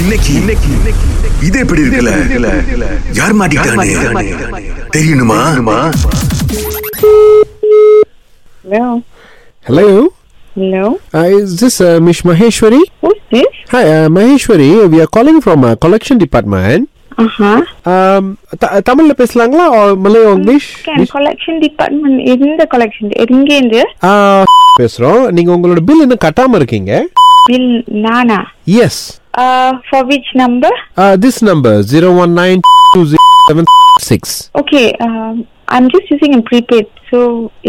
இன்னைக்கு இன்னைக்கு இது எப்படி இருக்குல்ல யார் மாட்டிக்கிட்டானே தெரியணுமா Hello. Hello. Hello. Uh, is this uh, Miss Maheshwari? Who's this? Hi, uh, Maheshwari. We are calling from uh, collection department. Uh huh. Um, th- தமிழ்ல பேசலாங்களா or Malay or English? Can collection department in the collection எங்க இருந்து Uh, பேசுறோம் நீங்க உங்களோட bill இன்னும் கட்டாம இருக்கீங்க bill நானா yes uh, for which number this number zero one nine two zero seven six okay um, I'm just using a prepaid so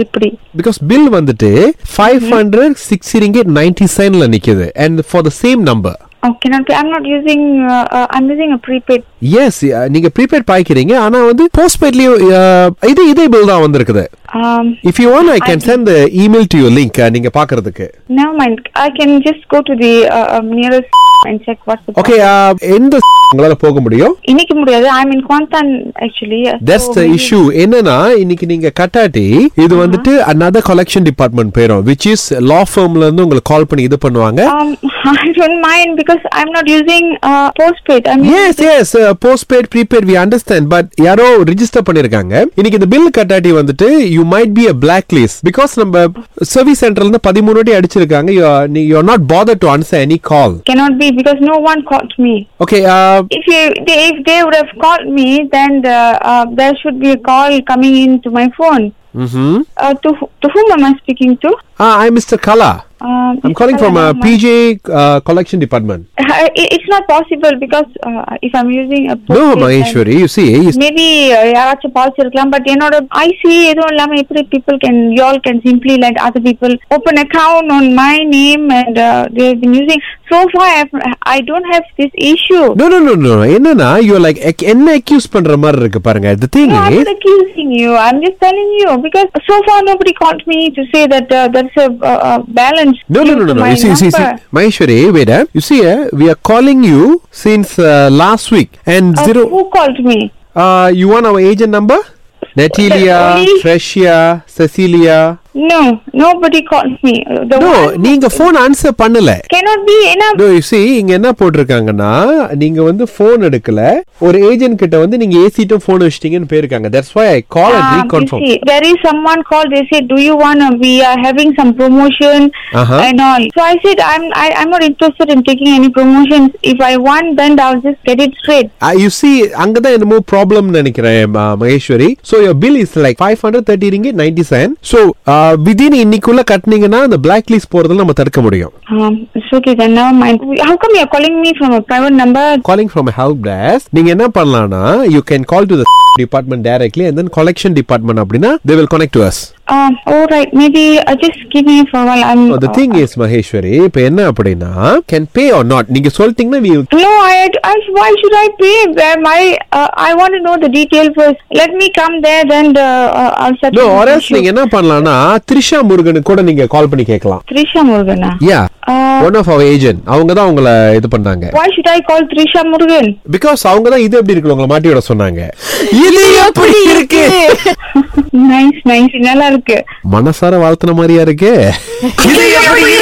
எப்படி பிகாஸ் பில் வந்துட்டு five hundred six ringgit ninety சைன்ல நிக்குது and for the same number oh cannot be I'm not using uh, uh, I'm using a prepaid yes uh, நீங்க prepaid பாய்க்கிறீங்க ஆனா வந்து post பெய்ட்லயும் இதே இதே பில் தான் வந்திருக்குது um, if you want I can send the email to you link uh, நீங்க பாக்குறதுக்கு never mind I can just go to the uh, um, nearest and check what's the okay uh, எந்த உங்களால போக முடியும் இன்னைக்கு முடியாது I'm in Kuantan actually that's the issue என்னன்னா இன்னைக்கு நீங்க கட்டாட்டி இது வந்துட்டு another collection டிபார்ட்மெண்ட் போயிடும் விச் இஸ் லா ஃபார்ம்ல இருந்து உங்களுக்கு கால் பண்ணி இது பண்ணுவாங்க Um, I don't mind because I'm not using uh, postpaid. I'm using yes yes postpaid prepaid we understand but யாரோ ரிஜிஸ்டர் பண்ணிருக்காங்க இன்னைக்கு இந்த பில் கட்டாட்டி வந்துட்டு you might be a blacklist because நம்ம சர்வீஸ் சென்டர்ல இருந்து பதிமூணு வாட்டி அடிச்சிருக்காங்க you are not bother to answer any call cannot be because no one called me. Okay If you they, if they would have called me, then the, uh, there should be a call coming into my phone. ம் Uh, to wh- to whom am I speaking to? Ah, I'm Mr. Kala. Um, I'm calling from uh, PJ uh, collection department. Uh, it, it's not possible because uh, if I'm using a No, postpaid, then Maheshwari, you see, is- Maybe uh, யாராச்சும் பாதிச்சிருக்கலாம் but என்னோட IC எதுவும் இல்லாம எப்படி people can you all can simply let other people open account on my name and uh, they've been using so far I've, I don't have this issue. no, no, no, no. என்னன்னா you are like ac- என்ன accuse பண்ற மாதிரி இருக்கு பாருங்க. The thing No, I'm is, not accusing you. I'm just telling you because so far nobody called me to say that uh, there's a uh, uh, balance. no, no, due no, to no. no. my You see, see, see, number. Maheshwari, wait. ah. You see, eh, we are calling you since uh, last week and Uh, zero. Who called me? Uh, you want our agent number? Natalia, only- Freshia, Cecilia. No, nobody called me. Uh, The No, one நீங்க phone answer பண்ணல. cannot be enough. No, you see, இங்க என்ன போட்டிருக்காங்கன்னா நீங்க வந்து phone எடுக்கல ஒரு agent கிட்ட வந்து நீங்க ஏசிட்டும் போன் வச்சிட்டீங்கன்னு போயிருக்காங்க that's why I call and Um, you reconfirm see, there is someone called. They said, "Do you wanna? We are having some promotion Uh-huh. and all." So I said, "I'm I, I'm not interested in taking any promotions. If I want, then I'll just get it straight." You see அங்க தான் என்னமோ problem நினைக்கிறேன் ம- Maheswari so your bill is like five hundred thirty ringgit ninety seven so within uh, இன்னைக்குள்ள கட்டினீங்கன்னா அந்த black list போறதுல நம்ம தடுக்க முடியும் Um, it's okay then. Never mind. How come you're calling me from a private number? Calling from help days நீங்க என்ன பண்ணலாம்னா you can call to the department directly and then collection department அப்படின்னா they will connect to us Um, all right, maybe uh, just give me for a while. I'm. uh, the thing is Maheswari இப்போ என்ன அப்படின்னா can pay or not நீங்க சொல்லிட்டீங்கன்னா we will no, I, I. Why should I pay? Where my? Uh, I want to know the detail first. Let me come there, then the, uh, I'll settle. No this our issue. நீங்க என்ன பண்ணலாம்னா த்ரிஷா முருகனுக்கு கூட நீங்க கால் பண்ணி கேட்கலாம் Trisha Murugan. Yeah Uh, one of our agent அவங்க தான் உங்களை இது பண்ணாங்க why should I call Trisha Murugan? Because அவங்க தான் இது எப்படி இருக்கு உங்களை மாட்டி விட சொன்னாங்க இது எப்படி இருக்கு nice, nice. நல்லா இருக்கு. மனசார வாழ்த்துன மாதிரியா இருக்கு இது எப்படி